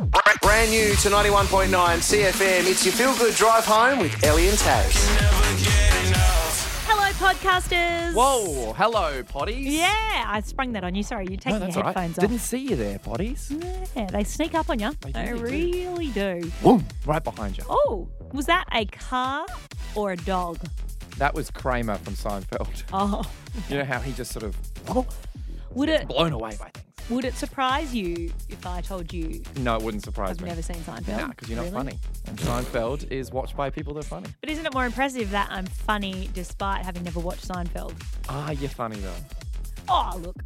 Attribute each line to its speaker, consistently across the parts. Speaker 1: Brand new to 91.9 CFM. It's your feel good drive home with Ellie and Taz.
Speaker 2: Hello, podcasters.
Speaker 3: Whoa, hello, potties.
Speaker 2: Yeah, I sprung that on you. Sorry, you're
Speaker 3: No,
Speaker 2: taking your
Speaker 3: that's all right.
Speaker 2: headphones
Speaker 3: Didn't
Speaker 2: off.
Speaker 3: see you there, potties.
Speaker 2: Yeah, they sneak up on you.
Speaker 3: They
Speaker 2: They
Speaker 3: usually
Speaker 2: really do.
Speaker 3: Boom, right behind you.
Speaker 2: Oh, was that a car or a dog?
Speaker 3: That was Kramer from Seinfeld.
Speaker 2: Oh,
Speaker 3: You know how he just sort of
Speaker 2: would it
Speaker 3: blown away by things.
Speaker 2: would it surprise you if I told you
Speaker 3: No, it wouldn't surprise
Speaker 2: I've
Speaker 3: me.
Speaker 2: never seen Seinfeld?
Speaker 3: Nah, because you're not
Speaker 2: Really?
Speaker 3: funny. And Seinfeld is watched by people that are funny.
Speaker 2: But isn't it more impressive that I'm funny despite having never watched Seinfeld?
Speaker 3: Ah, you're funny though.
Speaker 2: Oh, look,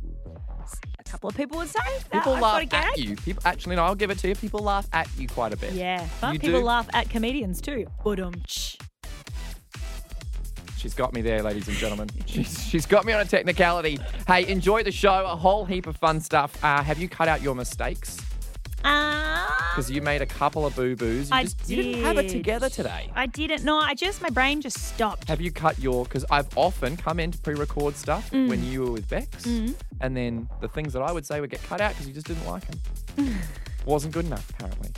Speaker 2: a couple of people would say that
Speaker 3: People
Speaker 2: I've got
Speaker 3: laugh
Speaker 2: a
Speaker 3: at
Speaker 2: gag.
Speaker 3: you. People actually, no, I'll give it to you. People laugh at you quite a bit.
Speaker 2: Yeah, but
Speaker 3: You
Speaker 2: people
Speaker 3: do.
Speaker 2: laugh at comedians too. Budum.
Speaker 3: She's got me there, ladies and gentlemen. she's, she's got me on a technicality. Hey, enjoy the show. A whole heap of fun stuff. Uh, have you cut out your mistakes?
Speaker 2: Ah.
Speaker 3: Because you made a couple of boo boos. You
Speaker 2: I
Speaker 3: just you didn't have it
Speaker 2: did.
Speaker 3: together today.
Speaker 2: I didn't. No, I just my brain just stopped.
Speaker 3: Have you cut your? Because I've often come in to pre-record stuff
Speaker 2: Mm.
Speaker 3: when you were with Bex, and then the things that I would say would get cut out because you just didn't like them. Wasn't good enough, apparently.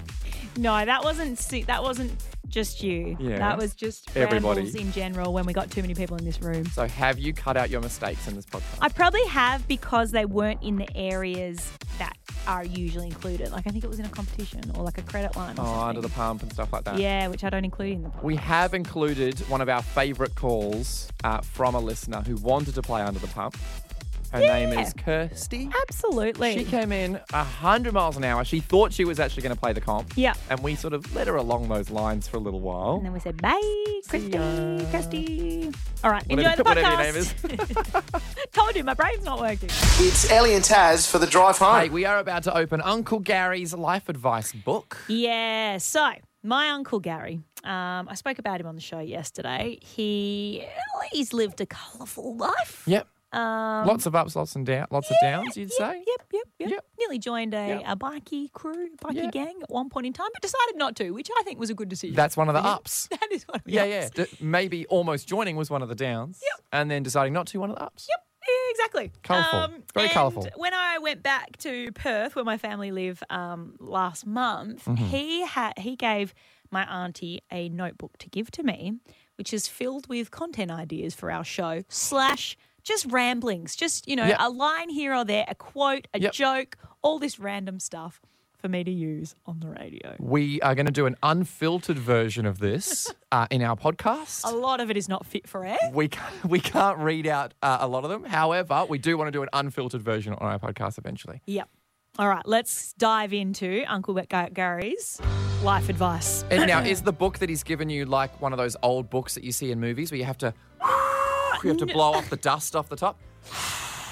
Speaker 2: No, that wasn't. si- That wasn't just you.
Speaker 3: Yeah.
Speaker 2: That was just
Speaker 3: Everybody.
Speaker 2: rambles in general when we got too many people in this room.
Speaker 3: So have you cut out your mistakes in this podcast?
Speaker 2: I probably have because they weren't in the areas that are usually included. Like I think it was in a competition or like a credit line. Or
Speaker 3: oh,
Speaker 2: something.
Speaker 3: under the pump and stuff like that.
Speaker 2: Yeah, which I don't include in the podcast.
Speaker 3: We have included one of our favourite calls uh, from a listener who wanted to play under the pump. Her name
Speaker 2: Yeah.
Speaker 3: is Kirsty.
Speaker 2: Absolutely.
Speaker 3: She came in 100 miles an hour. She thought she was actually going to play the comp.
Speaker 2: Yeah.
Speaker 3: And we sort of led her along those lines for a little while.
Speaker 2: And then we said, bye, Christy,
Speaker 3: ya."
Speaker 2: Christy. All right,
Speaker 3: Whatever-
Speaker 2: enjoy the
Speaker 3: whatever
Speaker 2: podcast.
Speaker 3: your name is.
Speaker 2: Told you, my brain's not working.
Speaker 1: It's Ellie and Taz for the drive home.
Speaker 3: Hey, we are about to open Uncle Gary's life advice book.
Speaker 2: Yeah. So my uncle Gary, um, I spoke about him on the show yesterday. He he's lived a colourful life.
Speaker 3: Yep.
Speaker 2: Um,
Speaker 3: Lots of ups, lots and down, lots of downs, you'd
Speaker 2: yep,
Speaker 3: say.
Speaker 2: Yep, yep, yep,
Speaker 3: Yep.
Speaker 2: Nearly joined a,
Speaker 3: Yep.
Speaker 2: a bikie crew, bikie
Speaker 3: Yeah.
Speaker 2: gang at one point in time, but decided not to, which I think was a good decision.
Speaker 3: That's one of the
Speaker 2: for him.
Speaker 3: ups.
Speaker 2: That is one of the
Speaker 3: Yeah,
Speaker 2: ups.
Speaker 3: yeah. D- maybe almost joining was one of the downs.
Speaker 2: Yep.
Speaker 3: And then deciding not to, one of the ups.
Speaker 2: Yep, exactly. Um,
Speaker 3: Colourful. Very
Speaker 2: and
Speaker 3: colourful.
Speaker 2: When I went back to Perth, where my family live, um, last month,
Speaker 3: Mm-hmm.
Speaker 2: he ha- he gave my auntie a notebook to give to me, which is filled with content ideas for our show slash just ramblings, just you know,
Speaker 3: Yep.
Speaker 2: a line here or there, a quote, a
Speaker 3: Yep.
Speaker 2: joke, all this random stuff for me to use on the radio.
Speaker 3: We are going to do an unfiltered version of this uh, in our podcast.
Speaker 2: A lot of it is not fit for air.
Speaker 3: We can't, we can't read out uh, a lot of them. However, we do want to do an unfiltered version on our podcast eventually.
Speaker 2: Yep. All right, let's dive into Uncle Ga- Gary's life advice.
Speaker 3: And now, is the book that he's given you like one of those old books that you see in movies where you have to you have to blow off the dust off the top?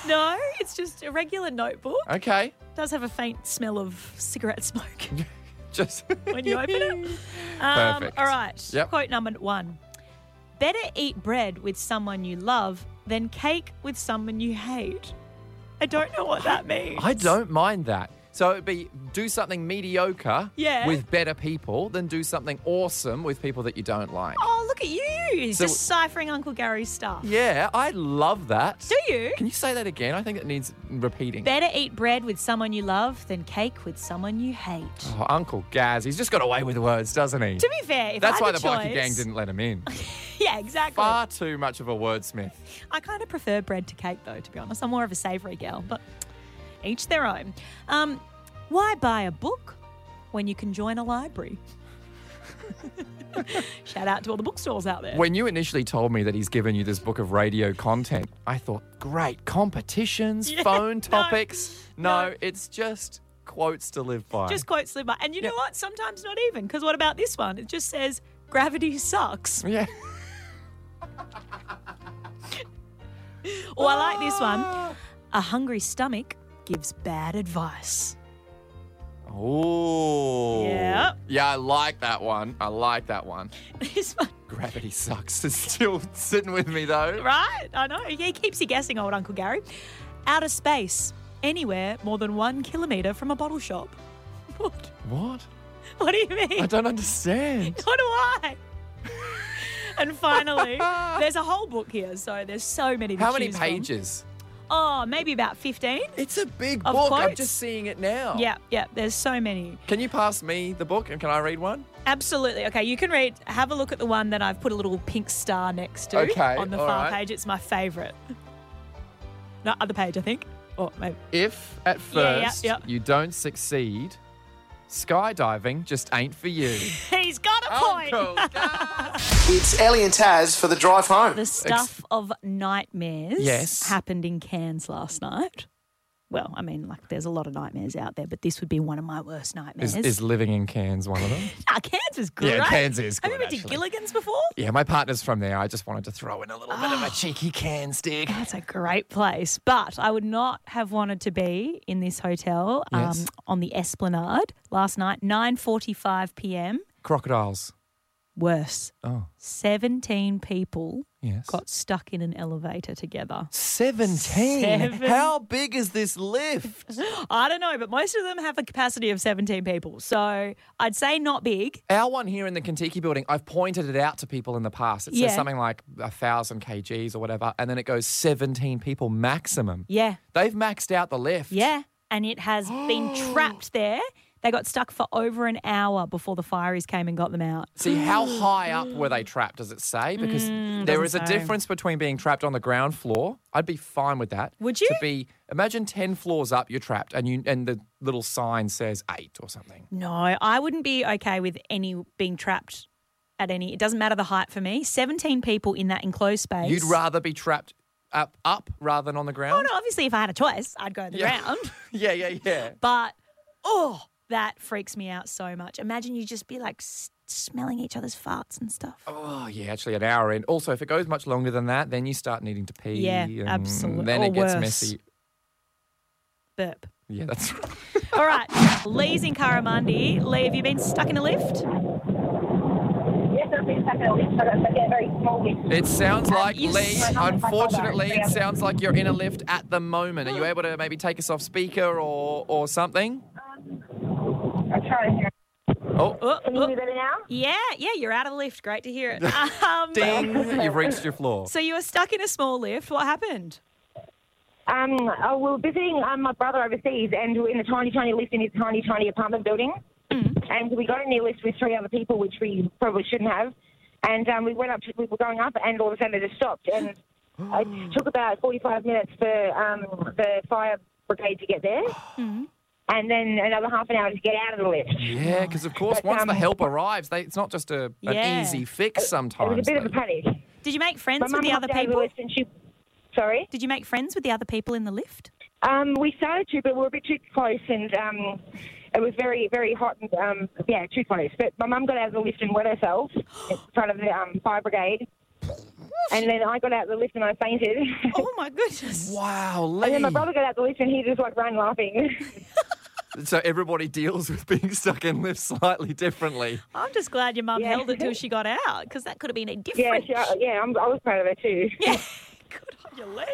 Speaker 2: No, it's just a regular notebook.
Speaker 3: Okay,
Speaker 2: does have a faint smell of cigarette smoke
Speaker 3: just
Speaker 2: when you open it. Um,
Speaker 3: Perfect.
Speaker 2: all right.
Speaker 3: Yep.
Speaker 2: Quote number one Better eat bread with someone you love than cake with someone you hate. I don't know what that means.
Speaker 3: I don't mind that. So it'd be do something mediocre
Speaker 2: Yeah.
Speaker 3: with better people than do something awesome with people that you don't like.
Speaker 2: Oh, look at you. He's
Speaker 3: So-
Speaker 2: just ciphering Uncle Gary's stuff.
Speaker 3: Yeah, I love that.
Speaker 2: Do you?
Speaker 3: Can you say that again? I think it needs repeating.
Speaker 2: Better eat bread with someone you love than cake with someone you hate.
Speaker 3: Oh, Uncle Gaz, he's just got away with words, doesn't he?
Speaker 2: To be fair, if I
Speaker 3: That's
Speaker 2: had
Speaker 3: why
Speaker 2: a
Speaker 3: the bikie gang
Speaker 2: choice-
Speaker 3: didn't let him in.
Speaker 2: Yeah, exactly.
Speaker 3: Far too much of a wordsmith.
Speaker 2: I kind of prefer bread to cake, though, to be honest. I'm more of a savoury gal, but each their own. Um, why buy a book when you can join a library? Shout out to all the bookstores out there.
Speaker 3: When you initially told me that he's given you this book of radio content, I thought, great, competitions,
Speaker 2: Yeah,
Speaker 3: phone
Speaker 2: no,
Speaker 3: topics. No,
Speaker 2: no.
Speaker 3: it's just quotes to live by.
Speaker 2: Just quotes live by. And you
Speaker 3: Yeah.
Speaker 2: know what? Sometimes not even, because what about this one? It just says, gravity sucks.
Speaker 3: yeah.
Speaker 2: Or Oh, I like this one, a hungry stomach gives bad advice.
Speaker 3: Oh.
Speaker 2: Yep.
Speaker 3: Yeah, I like that one. I like that one.
Speaker 2: This one,
Speaker 3: Gravity sucks. It's still sitting with me though.
Speaker 2: right? I know. He keeps you guessing, old Uncle Gary. Outer space, anywhere more than one kilometre from a bottle shop. What?
Speaker 3: What?
Speaker 2: What do you mean?
Speaker 3: I don't understand.
Speaker 2: What do I? and finally, there's a whole book here, so there's so many. To
Speaker 3: How many
Speaker 2: choose from.
Speaker 3: pages?
Speaker 2: oh, maybe about 15.
Speaker 3: It's a big
Speaker 2: Of
Speaker 3: book. I'm
Speaker 2: quotes?
Speaker 3: just seeing it now.
Speaker 2: Yeah, yeah, there's so many.
Speaker 3: Can you pass me the book and can I read one?
Speaker 2: Absolutely. Okay, you can read, have a look at the one that I've put a little pink star next to
Speaker 3: Okay,
Speaker 2: on the
Speaker 3: all
Speaker 2: far
Speaker 3: right.
Speaker 2: page. It's my favourite. No, other page, I think. Or maybe.
Speaker 3: If at
Speaker 2: Yeah, yeah,
Speaker 3: first
Speaker 2: yeah.
Speaker 3: you don't succeed, skydiving just ain't for you.
Speaker 2: He's got a
Speaker 3: Oh,
Speaker 2: point.
Speaker 1: It's Ellie and Taz for the drive home.
Speaker 2: The stuff of nightmares
Speaker 3: Yes.
Speaker 2: happened in Cairns last night. Well, I mean, like, there's a lot of nightmares out there, but this would be one of my worst nightmares.
Speaker 3: is, is living in Cairns one of them?
Speaker 2: Ah, Cairns is great.
Speaker 3: Yeah, Cairns is
Speaker 2: Have you
Speaker 3: good,
Speaker 2: been to
Speaker 3: actually.
Speaker 2: Gilligan's before?
Speaker 3: yeah, my partner's from there. I just wanted to throw in a little bit of a cheeky Cairns dig.
Speaker 2: That's a great place, but I would not have wanted to be in this hotel um,
Speaker 3: Yes.
Speaker 2: on the Esplanade last night, 9:45 p.m.
Speaker 3: Crocodiles.
Speaker 2: Worse,
Speaker 3: Oh,
Speaker 2: 17 people
Speaker 3: yes.
Speaker 2: got stuck in an elevator together.
Speaker 3: 17.
Speaker 2: Seven-
Speaker 3: How big is this lift?
Speaker 2: I don't know, but most of them have a capacity of 17 people, so I'd say not big.
Speaker 3: Our one here in the Kentucky building, I've pointed it out to people in the past. It says
Speaker 2: Yeah.
Speaker 3: something like a thousand kgs or whatever, and then it goes 17 people maximum.
Speaker 2: Yeah,
Speaker 3: They've maxed out the lift.
Speaker 2: yeah, and it has been trapped there. They got stuck for over an hour before the fireys came and got them out.
Speaker 3: See, how high up were they trapped, does it say? Because there is a
Speaker 2: Mm, doesn't say.
Speaker 3: difference between being trapped on the ground floor. I'd be fine with that.
Speaker 2: Would
Speaker 3: To
Speaker 2: you?
Speaker 3: be imagine ten floors up, you're trapped and you and the little sign says eight or something.
Speaker 2: No, I wouldn't be okay with any being trapped at any. It doesn't matter the height for me. Seventeen people in that enclosed space.
Speaker 3: You'd rather be trapped up up rather than on the
Speaker 2: Oh
Speaker 3: ground.
Speaker 2: no, obviously, if I had a choice, I'd go the
Speaker 3: Yeah.
Speaker 2: round.
Speaker 3: Yeah, yeah, yeah.
Speaker 2: But oh, that freaks me out so much. Imagine you just be like s- smelling each other's farts and stuff.
Speaker 3: Oh yeah, actually an hour in. Also, if it goes much longer than that, then you start needing to pee.
Speaker 2: Yeah,
Speaker 3: and
Speaker 2: absolute-
Speaker 3: Then
Speaker 2: or
Speaker 3: it gets
Speaker 2: worse.
Speaker 3: messy.
Speaker 2: Burp.
Speaker 3: Yeah, that's right.
Speaker 2: All right, Lee's in Karamundi. Lee, have you been stuck in a lift?
Speaker 4: Yes, I've been stuck in a lift, but it's like a very small lift.
Speaker 3: It sounds like
Speaker 2: you
Speaker 3: Lee.
Speaker 2: s-
Speaker 3: Unfortunately, it sounds like you're in a lift at the moment. Are you able to maybe take us off speaker or or something?
Speaker 4: I'm trying to hear.
Speaker 3: Oh,
Speaker 2: Oh,
Speaker 4: Can you
Speaker 2: oh.
Speaker 4: hear me better now?
Speaker 2: Yeah, yeah, you're out of the lift. Great to hear it. Um,
Speaker 3: ding! You've reached your floor.
Speaker 2: So you were stuck in a small lift. What happened?
Speaker 4: Um, oh, we were visiting um, my brother overseas, and we were in a tiny, tiny lift in his tiny, tiny apartment building.
Speaker 2: Mm-hmm.
Speaker 4: And we got in the lift with three other people, which we probably shouldn't have. And um, we went up, to, we were going up, and all of a sudden it just stopped. And it took about 45 minutes for um, the fire brigade to get there,
Speaker 2: Mm-hmm.
Speaker 4: and then another half an hour to get out of the lift.
Speaker 3: Yeah, because of course,
Speaker 4: But,
Speaker 3: once the
Speaker 4: um,
Speaker 3: help arrives, they, it's not just a, an
Speaker 2: Yeah.
Speaker 3: easy fix.
Speaker 4: It was a
Speaker 3: Sometimes
Speaker 4: bit of a
Speaker 3: though.
Speaker 4: panic.
Speaker 2: Did you make
Speaker 4: My
Speaker 2: friends
Speaker 4: mum
Speaker 2: with the
Speaker 4: hopped
Speaker 2: other
Speaker 4: out of
Speaker 2: people?
Speaker 4: lift and she, sorry.
Speaker 2: Did you make friends with the other people in the lift?
Speaker 4: Um, we started to, but we were a bit too close, and um, it was very, very hot, and um, yeah, too close. But my mum got out of the lift and wet herself in front of the um, fire brigade, and then I got out of the lift and I fainted.
Speaker 2: Oh my goodness.
Speaker 3: Wow,
Speaker 4: And
Speaker 3: Lee.
Speaker 4: then my brother got out of the lift and he just like ran laughing.
Speaker 3: So everybody deals with being stuck in lifts slightly differently.
Speaker 2: I'm just glad your mum
Speaker 4: Yeah.
Speaker 2: held it till she got out because that could have been a
Speaker 4: yeah,
Speaker 2: different.
Speaker 4: she, yeah, I'm, I was proud of her too.
Speaker 2: Good on you, Lee.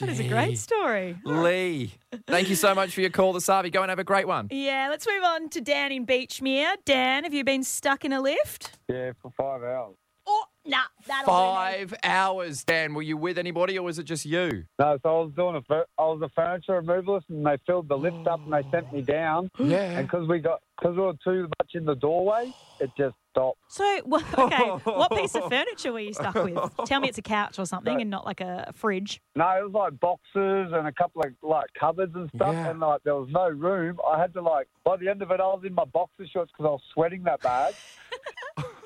Speaker 2: That is a great
Speaker 3: Gee.
Speaker 2: story.
Speaker 3: Lee, thank you so much for your call this Savi. Go and have a great one.
Speaker 2: Yeah, let's move on to Dan in Beachmere. Dan, have you been stuck in a lift?
Speaker 5: Yeah, for five hours.
Speaker 2: Oh, nah, that'll do, mate.
Speaker 3: Five hours, Dan. Were you with anybody or was it just you?
Speaker 5: No, so I was doing a, fur- I was a furniture removalist, and they filled the lift up and they sent me down.
Speaker 3: Yeah.
Speaker 5: And because we got because we were too much in the doorway, it just stopped.
Speaker 2: So, wha- okay, what piece of furniture were you stuck with? Tell me it's a couch or something and not like a fridge.
Speaker 5: No, it was like boxes and a couple of like cupboards and stuff,
Speaker 3: Yeah.
Speaker 5: and like there was no room. I had to like by the end of it, I was in my boxer shorts because I was sweating that bad,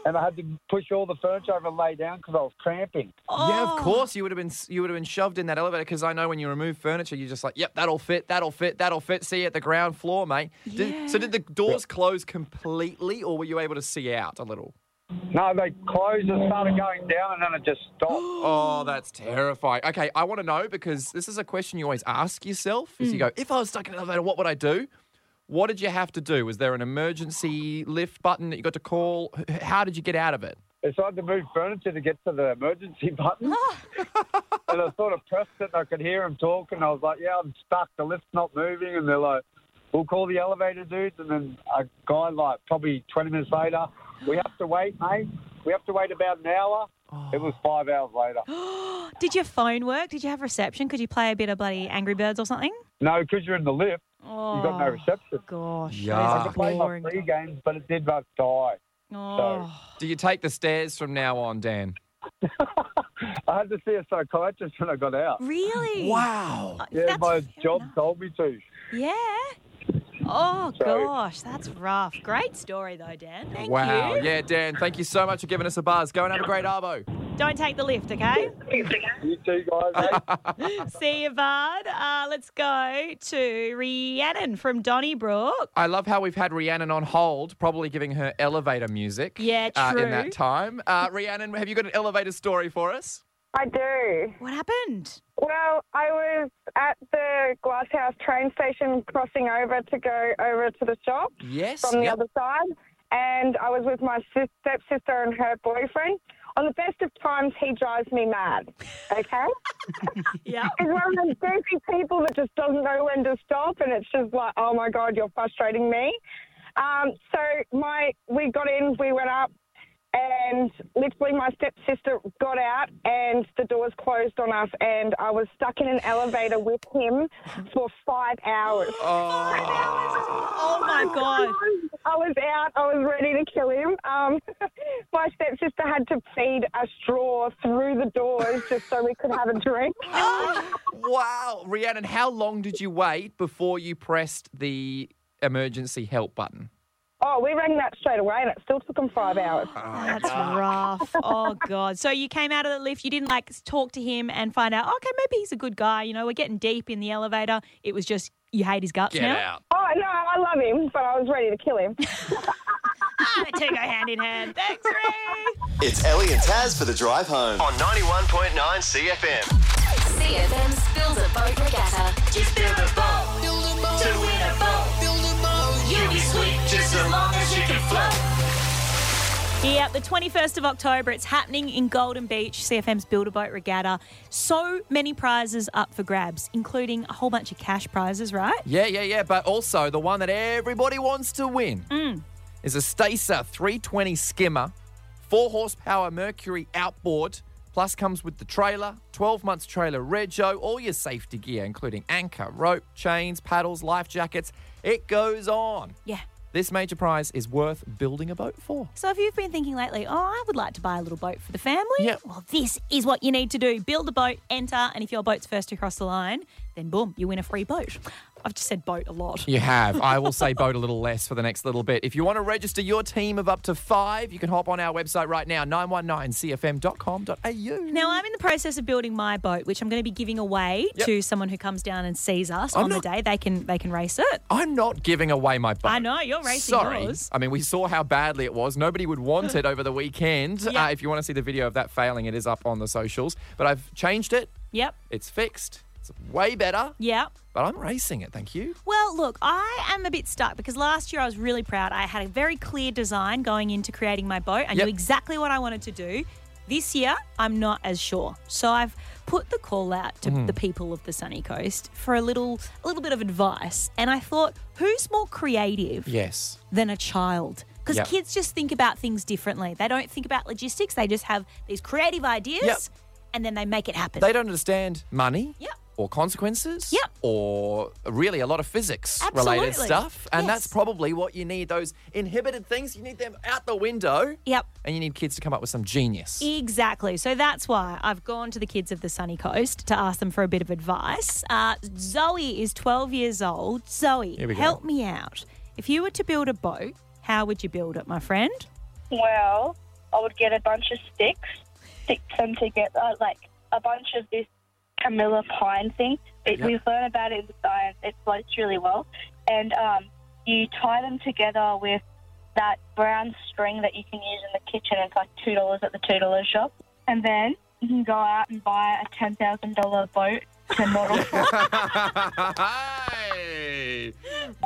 Speaker 5: and I had to push all the furniture over and lay down because I was cramping.
Speaker 3: Yeah, of
Speaker 2: Oh.
Speaker 3: course you would have been you would have been shoved in that elevator because I know when you remove furniture, you're just like, yep, that'll fit, that'll fit, that'll fit. See you at the ground floor, mate. Did, so
Speaker 2: Yeah.
Speaker 3: did the doors close completely, or were you able to see out a little?
Speaker 5: No, they closed and started going down, and then it just stopped.
Speaker 3: Oh, that's terrifying. Okay, I want to know because this is a question you always ask yourself:
Speaker 2: Hmm.
Speaker 3: is you go, if I was stuck in an elevator, what would I do? What did you have to do? Was there an emergency lift button that you got to call? H- How did you get out of it?
Speaker 5: It's hard to move furniture to get to the emergency button. and I sort of pressed it and I could hear them talk and I was like, yeah, I'm stuck. The lift's not moving. And they're like, we'll call the elevator dudes. And then a guy, like, probably 20 minutes later, we have to wait, mate. We have to wait about an hour. It was five hours later.
Speaker 2: Did your phone work? Did you have reception? Could you play a bit of bloody Angry Birds or something?
Speaker 5: No, because you're in the lift,
Speaker 2: Oh,
Speaker 5: you got no reception.
Speaker 2: Gosh,
Speaker 3: Yuck.
Speaker 2: yeah.
Speaker 5: I could play my free games, but it did both die.
Speaker 2: Oh,
Speaker 3: Do you take the stairs from now on, Dan?
Speaker 5: I had to see a psychiatrist when I got out.
Speaker 2: really?
Speaker 3: Wow.
Speaker 2: Uh,
Speaker 5: Yeah,
Speaker 2: that's
Speaker 5: my
Speaker 2: fair
Speaker 5: job
Speaker 2: enough.
Speaker 5: told me to.
Speaker 2: Yeah. Oh
Speaker 5: So-
Speaker 2: gosh, that's rough. Great story though, Dan. Thank
Speaker 3: wow.
Speaker 2: you.
Speaker 3: Yeah, Dan, thank you so much for giving us a buzz. Go and have a great Arvo.
Speaker 2: Don't take the lift, okay?
Speaker 5: You two guys, eh?
Speaker 2: See you, bud. Uh, let's go to Rhiannon from Donnybrook.
Speaker 3: I love how we've had Rhiannon on hold, probably giving her elevator music.
Speaker 2: Yeah,
Speaker 3: Uh, in
Speaker 2: true.
Speaker 3: that time, uh, Rhiannon, have you got an elevator story for us?
Speaker 6: I do.
Speaker 2: What happened?
Speaker 6: Well, I was at the Glasshouse train station crossing over to go over to the shop
Speaker 3: Yes.
Speaker 6: from the
Speaker 3: yep.
Speaker 6: other side, and I was with my sis- stepsister and her boyfriend. On the best of times, he drives me mad. Okay?
Speaker 2: Yeah.
Speaker 6: He's one of those goofy people that just doesn't know when to stop, and it's just like, oh my god, you're frustrating me. Um, so my, we got in, we went up, and literally my stepsister got out, and the doors closed on us, and I was stuck in an elevator with him for five hours.
Speaker 2: Oh my god.
Speaker 6: I was out. I was ready to kill him. Um, my stepsister had to feed a straw through the doors just so we could have a drink.
Speaker 3: Wow, Rhiannon, how long did you wait before you pressed the emergency help button?
Speaker 6: Oh, we rang that straight away, and it still took them five hours.
Speaker 3: Oh,
Speaker 2: That's rough. Oh god. So you came out of the lift, you didn't like talk to him and find out, okay, maybe he's a good guy, you know, we're getting deep in the elevator. It was just you hate his guts
Speaker 3: Get
Speaker 2: now.
Speaker 3: out.
Speaker 6: Oh no, I love him, but I was ready to kill him.
Speaker 2: Ah, the two go hand in hand. Thanks, Ray.
Speaker 1: It's Ellie and Taz for the drive home on 91.9 CFM.
Speaker 7: CFM spills a boat regatta. Just build a boat. Build a boat. To win a boat. Build a boat. You'll be sweet just as long as you can float.
Speaker 2: Yeah, the 21st of October, it's happening in Golden Beach, CFM's Build a Boat Regatta. So many prizes up for grabs, including a whole bunch of cash prizes, right?
Speaker 3: Yeah, yeah, yeah. But also, the one that everybody wants to win is a Stacer 320 skimmer, 4 horsepower Mercury outboard, plus comes with the trailer, 12 months trailer rego, all your safety gear, including anchor, rope, chains, paddles, life jackets. It goes on.
Speaker 2: Yeah.
Speaker 3: This major prize is worth building a boat for.
Speaker 2: So if you've been thinking lately, oh, I would like to buy a little boat for the family,
Speaker 3: Yeah.
Speaker 2: well, this is what you need to do. Build a boat, enter, and if your boat's first to cross the line, then boom, you win a free boat. I've just said boat a lot.
Speaker 3: You have. I will say boat a little less for the next little bit. If you want to register your team of up to five, you can hop on our website right now, 919cfm.com.au.
Speaker 2: Now, I'm in the process of building my boat, which I'm going to be giving away
Speaker 3: Yep.
Speaker 2: to someone who comes down and sees us on
Speaker 3: not-
Speaker 2: the day. They can they can race it.
Speaker 3: I'm not giving away my boat.
Speaker 2: I know, you're racing
Speaker 3: Sorry.
Speaker 2: yours.
Speaker 3: I mean, we saw how badly it was. Nobody would want it over the weekend.
Speaker 2: Yeah.
Speaker 3: Uh, if you want to see the video of that failing, it is up on the socials. But I've changed it.
Speaker 2: Yep.
Speaker 3: It's fixed. It's way better.
Speaker 2: Yep.
Speaker 3: But I'm racing it. Thank you.
Speaker 2: Well, look, I am a bit stuck because last year I was really proud. I had a very clear design going into creating my boat. I
Speaker 3: Yep.
Speaker 2: knew exactly what I wanted to do. This year, I'm not as sure. So I've put the call out to
Speaker 3: Mm-hmm.
Speaker 2: the people of the sunny coast for a little a little bit of advice. And I thought, who's more creative
Speaker 3: Yes.
Speaker 2: than a child? Because
Speaker 3: Yep.
Speaker 2: kids just think about things differently. They don't think about logistics. They just have these creative ideas
Speaker 3: Yep.
Speaker 2: and then they make it happen.
Speaker 3: They don't understand money.
Speaker 2: Yep.
Speaker 3: Or consequences.
Speaker 2: Yep.
Speaker 3: Or really a lot of physics related
Speaker 2: Absolutely.
Speaker 3: stuff. And that's
Speaker 2: Yes.
Speaker 3: probably what you need those inhibited things. You need them out the window.
Speaker 2: Yep.
Speaker 3: And you need kids to come up with some genius.
Speaker 2: Exactly. So that's why I've gone to the kids of the sunny coast to ask them for a bit of advice. Uh, Zoe is 12 years old. Zoe,
Speaker 3: we go.
Speaker 2: help me out. If you were to build a boat, how would you build it, my friend?
Speaker 8: Well, I would get a bunch of sticks, stick them together, like a bunch of this Camilla pine thing. It,
Speaker 3: Yep.
Speaker 8: We've learned about it in science. It floats really well. And um, you tie them together with that brown string that you can use in the kitchen. It's like $2 at the $2 shop. And then you can go out and buy a $10,000 boat to model for.
Speaker 3: Hey!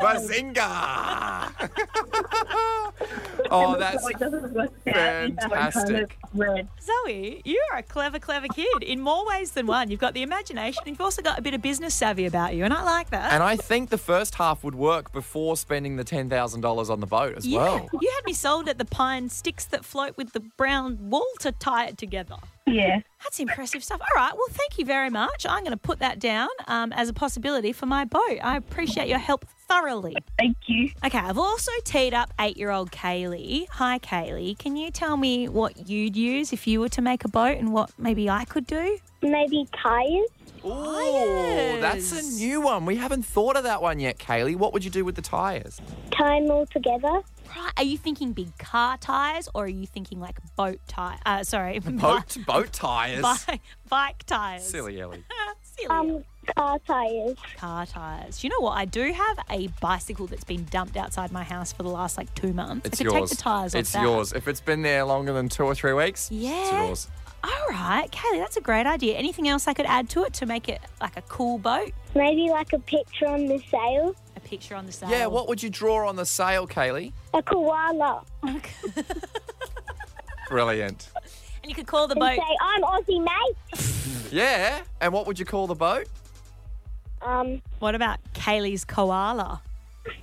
Speaker 3: Bazinga! oh, Oh,
Speaker 8: And
Speaker 3: that's
Speaker 8: so it doesn't work out if that one kind of
Speaker 3: fantastic.
Speaker 8: red.
Speaker 2: Zoe, you're a clever, clever kid in more ways than one. You've got the imagination, and you've also got a bit of business savvy about you, and I like that.
Speaker 3: And I think the first half would work before spending the $10,000 on the boat as
Speaker 2: yeah,
Speaker 3: well.
Speaker 2: you had me sold at the pine sticks that float with the brown wall to tie it together.
Speaker 8: Yeah.
Speaker 2: That's impressive stuff. All right, well, thank you very much. I'm going to put that down um, as a possibility for my boat. I appreciate your help thoroughly.
Speaker 8: Thank you.
Speaker 2: Okay, I've also teed up eight year old Kaylee. Hi, Kaylee. Can you tell me what you'd use if you were to make a boat and what maybe I could do?
Speaker 9: Maybe tires.
Speaker 3: Ooh, that's a
Speaker 2: Tires.
Speaker 3: new one. We haven't thought of that one yet, Kaylee. What would you do with the tyres?
Speaker 9: Tie them all together.
Speaker 2: Right, Are you thinking big car tires or are you thinking like boat tire? Uh, sorry,
Speaker 3: Boat, boat tyres.
Speaker 2: bike, bike tires.
Speaker 3: Silly Ellie.
Speaker 2: Silly.
Speaker 9: Um, car tires.
Speaker 2: car tires. You know what? I do have a bicycle that's been dumped outside my house for the last like two months.
Speaker 3: It's
Speaker 2: I could
Speaker 3: yours.
Speaker 2: take the tires off
Speaker 3: it's
Speaker 2: that.
Speaker 3: yours. If it's been there longer than two or three weeks, it's
Speaker 2: Yeah.
Speaker 3: yours.
Speaker 2: All right, Kaylee, that's a great idea. Anything else I could add to it to make it like a cool boat?
Speaker 9: Maybe like a picture on the sail.
Speaker 2: A picture on the side.
Speaker 3: Yeah, what would you draw on the sail, Kaylee?
Speaker 9: A koala.
Speaker 3: Brilliant.
Speaker 2: And you could call the
Speaker 9: And
Speaker 2: boat.
Speaker 9: say, "Oh." I'm Aussie, mate.
Speaker 3: Yeah. And what would you call the boat?
Speaker 9: Um,
Speaker 2: What about Kaylee's koala?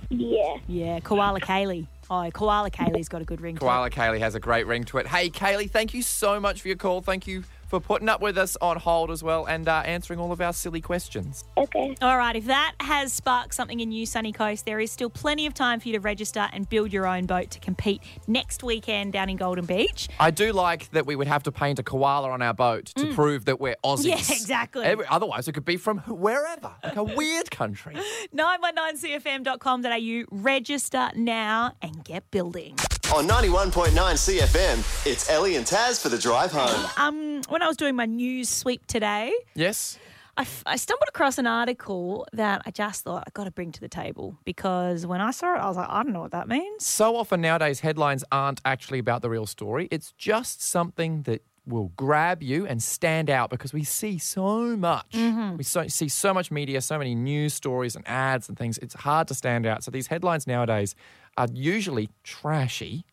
Speaker 9: yeah.
Speaker 2: Yeah, koala Kaylee. Oh, koala Kaylee's got a good ring. to it.
Speaker 3: Koala Kaylee has a great ring to it. Hey, Kaylee, thank you so much for your call. Thank you for putting up with us on hold as well and uh, answering all of our silly questions.
Speaker 9: Okay.
Speaker 2: All right, if that has sparked something in you, Sunny Coast, there is still plenty of time for you to register and build your own boat to compete next weekend down in Golden Beach.
Speaker 3: I do like that we would have to paint a koala on our boat to prove that we're Aussies.
Speaker 2: Mm. Yeah, exactly.
Speaker 3: Every- otherwise, it could be from wherever, like a weird country.
Speaker 2: 919cfm.com.au. Register now and get building.
Speaker 1: On 91.9 CFM, it's Ellie and Taz for the drive home.
Speaker 2: Um, when I was doing my news sweep today,
Speaker 3: Yes.
Speaker 2: I, f- I stumbled across an article that I just thought I got to bring to the table because when I saw it, I was like, I don't know what that means.
Speaker 3: So often nowadays, headlines aren't actually about the real story. It's just something that will grab you and stand out because we see so much. We so, see so much media, so many news stories and ads and things. It's hard to stand out. So these headlines nowadays are usually trashy.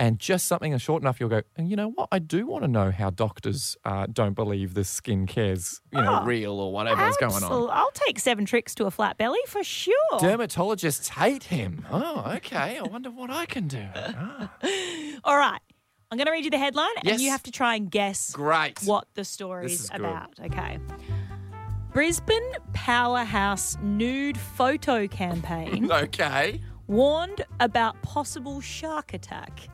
Speaker 3: And just something that's short enough, you'll go. And you know what? I do want to know how doctors uh, don't believe this skincare's you know real or whatever is going on.
Speaker 2: Absol- I'll take seven tricks to a flat belly for sure.
Speaker 3: Dermatologists hate him. Oh, okay. I wonder what I can do. Ah.
Speaker 2: All right. I'm going to read you the headline
Speaker 3: Yes.
Speaker 2: and you have to try and guess
Speaker 3: Great.
Speaker 2: what the story's
Speaker 3: This is good.
Speaker 2: about. Okay. Brisbane Powerhouse nude photo campaign
Speaker 3: Okay.
Speaker 2: warned about possible shark attack.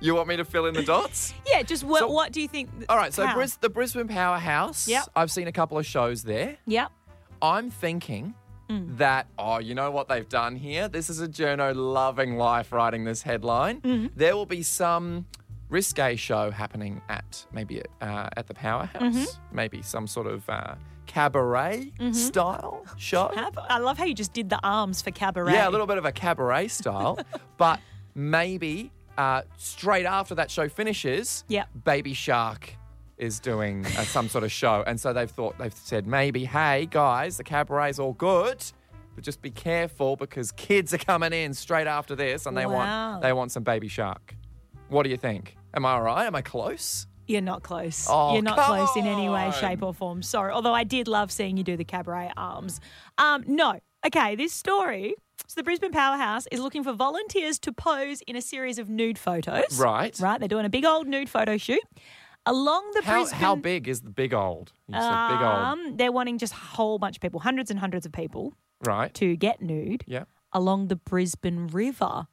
Speaker 3: You want me to fill in the dots?
Speaker 2: Yeah, just what,
Speaker 3: So-
Speaker 2: what do you think?
Speaker 3: All right. So
Speaker 2: how?
Speaker 3: Bris- the Brisbane Powerhouse.
Speaker 2: Yep.
Speaker 3: I've seen a couple of shows there.
Speaker 2: Yep.
Speaker 3: I'm thinking that, oh, you know what they've done here? This is a journo loving life writing this headline. There will be some risque show happening at maybe uh, at the powerhouse, maybe some sort of uh, cabaret style show.
Speaker 2: Ab- I love how you just did the arms for cabaret.
Speaker 3: Yeah, a little bit of a cabaret style, but maybe uh, straight after that show finishes,
Speaker 2: Yep.
Speaker 3: Baby Shark is doing uh, some sort of show, and so they've thought they've said maybe, hey guys, the cabaret's all good, but just be careful because kids are coming in straight after this, and they
Speaker 2: Wow.
Speaker 3: want they want some Baby Shark. What do you think? Am I all right? Am I close?
Speaker 2: You're not close.
Speaker 3: Oh,
Speaker 2: You're not
Speaker 3: come
Speaker 2: close in any way,
Speaker 3: on.
Speaker 2: shape, or form. Sorry. Although I did love seeing you do the cabaret arms. Um, no. Okay, this story. So the Brisbane Powerhouse is looking for volunteers to pose in a series of nude photos.
Speaker 3: Right.
Speaker 2: Right. They're doing a big old nude photo shoot. Along the
Speaker 3: How,
Speaker 2: Brisbane
Speaker 3: how big is the big old? You said big old,
Speaker 2: Um, they're wanting just a whole bunch of people, hundreds and hundreds of people,
Speaker 3: right?
Speaker 2: to get nude
Speaker 3: Yeah.
Speaker 2: along the Brisbane River.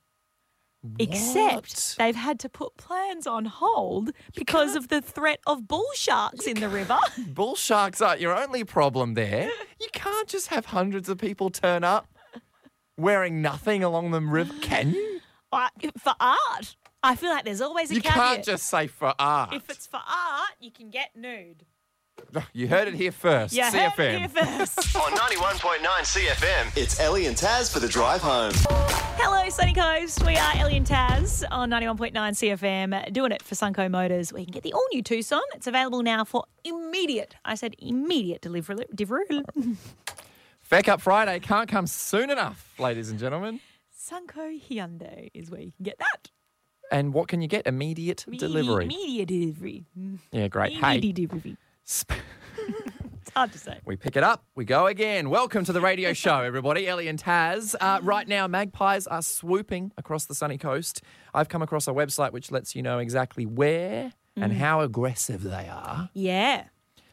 Speaker 2: Except
Speaker 3: What?
Speaker 2: they've had to put plans on hold because of the threat of bull sharks in the river.
Speaker 3: Bull sharks aren't your only problem there. You can't just have hundreds of people turn up wearing nothing along the river, can you?
Speaker 2: I- for art, I feel like there's always a
Speaker 3: You
Speaker 2: caveat.
Speaker 3: can't just say for art.
Speaker 2: If it's for art, you can get nude.
Speaker 3: You heard it here first.
Speaker 2: Yeah, heard it
Speaker 3: CFM.
Speaker 2: here first.
Speaker 1: On 91.9 CFM, it's Ellie and Taz for the drive home.
Speaker 2: Hello, Sunny Coast. We are Ellie and Taz on 91.9 CFM, doing it for Sunco Motors, where you can get the all new Tucson. It's available now for immediate, I said immediate delivery. delivery
Speaker 3: Feck Up Friday can't come soon enough, ladies and gentlemen.
Speaker 2: Sunco Hyundai is where you can get that.
Speaker 3: And what can you get? Immediate delivery.
Speaker 2: Media delivery.
Speaker 3: Yeah, great.
Speaker 2: Media
Speaker 3: Hey,
Speaker 2: delivery.
Speaker 3: sp-
Speaker 2: It's hard to say.
Speaker 3: we pick it up. We go again. Welcome to the radio show, everybody. Ellie and Taz. Uh, right now, magpies are swooping across the sunny coast. I've come across a website which lets you know exactly where and how aggressive they are.
Speaker 2: Yeah.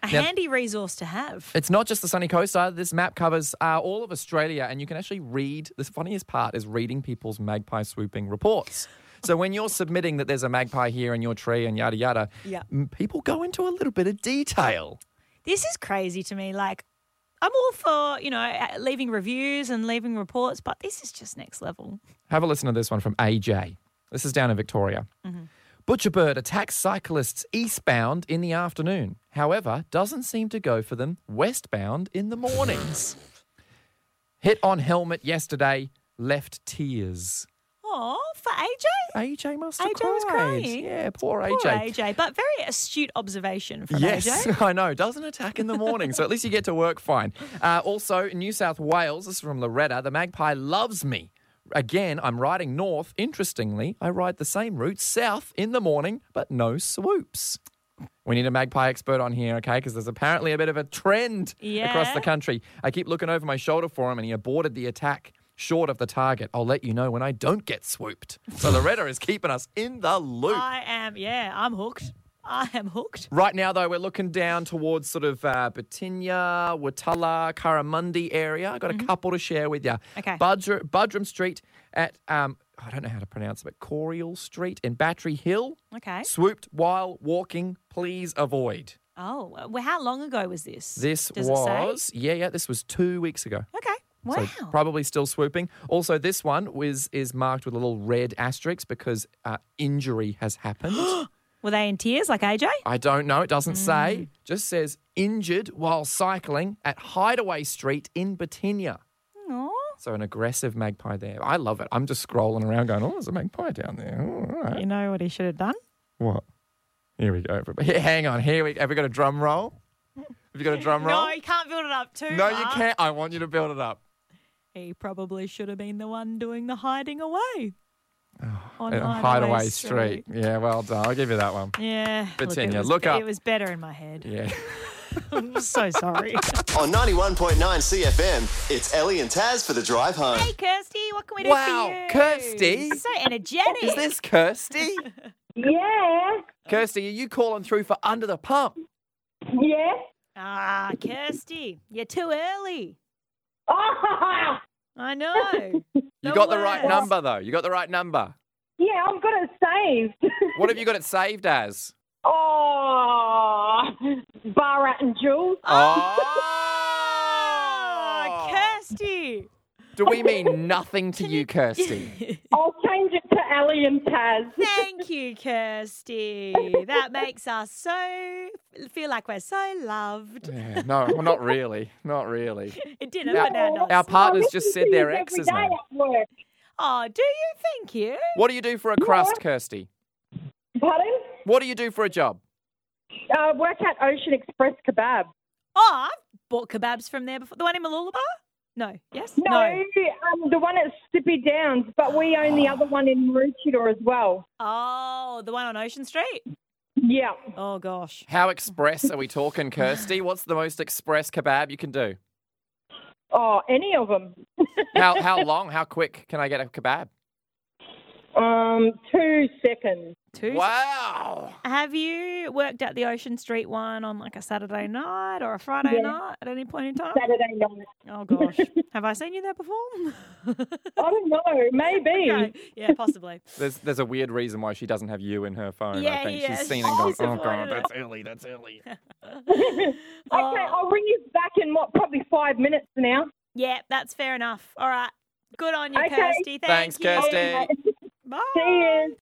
Speaker 2: A
Speaker 3: Now-
Speaker 2: handy resource to have.
Speaker 3: It's not just the sunny coast either. This map covers uh, all of Australia, and you can actually read. The funniest part is reading people's magpie swooping reports. So when you're submitting that there's a magpie here in your tree and yada yada,
Speaker 2: Yeah.
Speaker 3: m- people go into a little bit of detail.
Speaker 2: This is crazy to me. Like, I'm all for, you know, uh, leaving reviews and leaving reports, but this is just next level.
Speaker 3: Have a listen to this one from AJ. This is down in Victoria.
Speaker 2: Mm-hmm.
Speaker 3: Butcher bird attacks cyclists eastbound in the afternoon. However, doesn't seem to go for them westbound in the mornings. Hit on helmet yesterday, left tears.
Speaker 2: Oh, for AJ?
Speaker 3: AJ must have
Speaker 2: AJ
Speaker 3: cried.
Speaker 2: was crying.
Speaker 3: Yeah, poor AJ.
Speaker 2: Poor AJ, but very astute observation from
Speaker 3: Yes,
Speaker 2: AJ.
Speaker 3: I know. Doesn't attack in the morning, so at least you get to work fine. Uh, also, in New South Wales, this is from Loretta. The magpie loves me. Again, I'm riding north. Interestingly, I ride the same route south in the morning, but no swoops. We need a magpie expert on here, okay? Because there's apparently a bit of a trend across
Speaker 2: Yeah.
Speaker 3: the country. I keep looking over my shoulder for him, and he aborted the attack short of the target. I'll let you know when I don't get swooped. So Loretta is keeping us in the loop.
Speaker 2: I am, yeah, I'm hooked. I am hooked.
Speaker 3: Right now, though, we're looking down towards sort of uh, Batinya, Watala, Karamundi area. I've got a couple to share with you.
Speaker 2: Mm-hmm. Okay.
Speaker 3: Budger, Budrum Street at, um, I don't know how to pronounce it, but Coriel Street in Battery Hill.
Speaker 2: Okay.
Speaker 3: Swooped while walking. Please avoid.
Speaker 2: Oh, well, how long ago was this?
Speaker 3: This
Speaker 2: Does it say?
Speaker 3: was, yeah, yeah, this was two weeks ago.
Speaker 2: Okay. Wow.
Speaker 3: So probably still swooping. Also, this one was, is marked with a little red asterisk because uh, injury has happened.
Speaker 2: Were they in tears like AJ?
Speaker 3: I don't know. It doesn't
Speaker 2: Mm.
Speaker 3: say. Just says injured while cycling at Hideaway Street in Batinia.
Speaker 2: Aw.
Speaker 3: So an aggressive magpie there. I love it. I'm just scrolling around going, oh, there's a magpie down there. Oh, all right.
Speaker 2: You know what he should have done?
Speaker 3: What? Here we go. everybody. Here- Hang on. Here we Have we got a drum roll? Have you got a drum roll?
Speaker 2: No, you can't build it up too
Speaker 3: No, you
Speaker 2: much.
Speaker 3: can't. I want you to build it up.
Speaker 2: He probably should have been the one doing the hiding away. on
Speaker 3: Uh, Hideaway Street. Yeah, well done. I'll give you that one.
Speaker 2: Yeah.
Speaker 3: Virginia,
Speaker 2: it was,
Speaker 3: look up.
Speaker 2: It was better in my head.
Speaker 3: Yeah.
Speaker 2: I'm so sorry.
Speaker 1: On 91.9 CFM, it's Ellie and Taz for the drive home.
Speaker 2: hey, Kirsty, what can we do for
Speaker 3: wow,
Speaker 2: you?
Speaker 3: Kirsty.
Speaker 2: So energetic.
Speaker 3: Is this Kirsty?
Speaker 9: Yeah.
Speaker 3: Kirsty, are you calling through for Under the Pump?
Speaker 9: Yeah.
Speaker 2: Ah, Kirsty, you're too early.
Speaker 9: Oh,
Speaker 2: I know.
Speaker 3: You
Speaker 2: The
Speaker 3: got the right
Speaker 2: worst.
Speaker 3: number though. You got the right number.
Speaker 9: yeah, I've got it saved.
Speaker 3: What have you got it saved as?
Speaker 9: oh, Barat and Jules.
Speaker 3: Oh,
Speaker 2: Ah, Kirsty.
Speaker 3: Do we mean nothing to you, Kirsty?
Speaker 9: I'll change it to Ellie and Taz.
Speaker 2: Thank you, Kirsty. That makes us so feel like we're so loved.
Speaker 3: Yeah, no, well, not really. Not really.
Speaker 2: It didn't,
Speaker 3: Our-
Speaker 2: but now it
Speaker 3: Our
Speaker 2: does.
Speaker 3: partners
Speaker 9: I
Speaker 3: just
Speaker 9: listen
Speaker 3: said
Speaker 9: to
Speaker 3: their
Speaker 9: you
Speaker 3: ex's
Speaker 9: every
Speaker 3: name.
Speaker 9: day at work.
Speaker 2: Oh, do you? Thank you.
Speaker 3: What do you do for a crust, Kirsty?
Speaker 9: Pardon?
Speaker 3: What do you do for a job?
Speaker 9: Uh, work at Ocean Express Kebab.
Speaker 2: Oh, I've bought kebabs from there before. The one in Malulabar? No. Yes?
Speaker 9: No, Um, the one at Stippy Downs, but we own the other one in Maroochydore as well.
Speaker 2: Oh, the one on Ocean Street?
Speaker 9: Yeah.
Speaker 2: Oh, gosh.
Speaker 3: How express are we talking, Kirsty? What's the most express kebab you can do?
Speaker 9: Oh, any of them.
Speaker 3: How how long? How quick can I get a kebab?
Speaker 9: Um, two seconds.
Speaker 2: Two.
Speaker 3: Wow.
Speaker 2: Have you worked at the Ocean Street one on like a Saturday night or a Friday
Speaker 9: Yeah.
Speaker 2: night at any point in time?
Speaker 9: Saturday night.
Speaker 2: Oh, gosh. Have I seen you there before?
Speaker 9: I don't know. Maybe.
Speaker 2: okay. Yeah, possibly.
Speaker 3: There's there's a weird reason why she doesn't have you in her phone. I
Speaker 2: Yeah,
Speaker 3: think
Speaker 2: yeah,
Speaker 3: she's seen
Speaker 2: she's
Speaker 3: and gone. Oh
Speaker 2: disappointed
Speaker 3: god,
Speaker 2: at
Speaker 3: that's early. That's early.
Speaker 9: Okay, I'll ring you back in what, probably five minutes now.
Speaker 2: Oh, Yeah, that's fair enough. All right. Good on you,
Speaker 9: Okay.
Speaker 2: Kirsty. Thank
Speaker 3: Thanks,
Speaker 2: you.
Speaker 3: Kirsty.
Speaker 2: Bye.
Speaker 9: See you.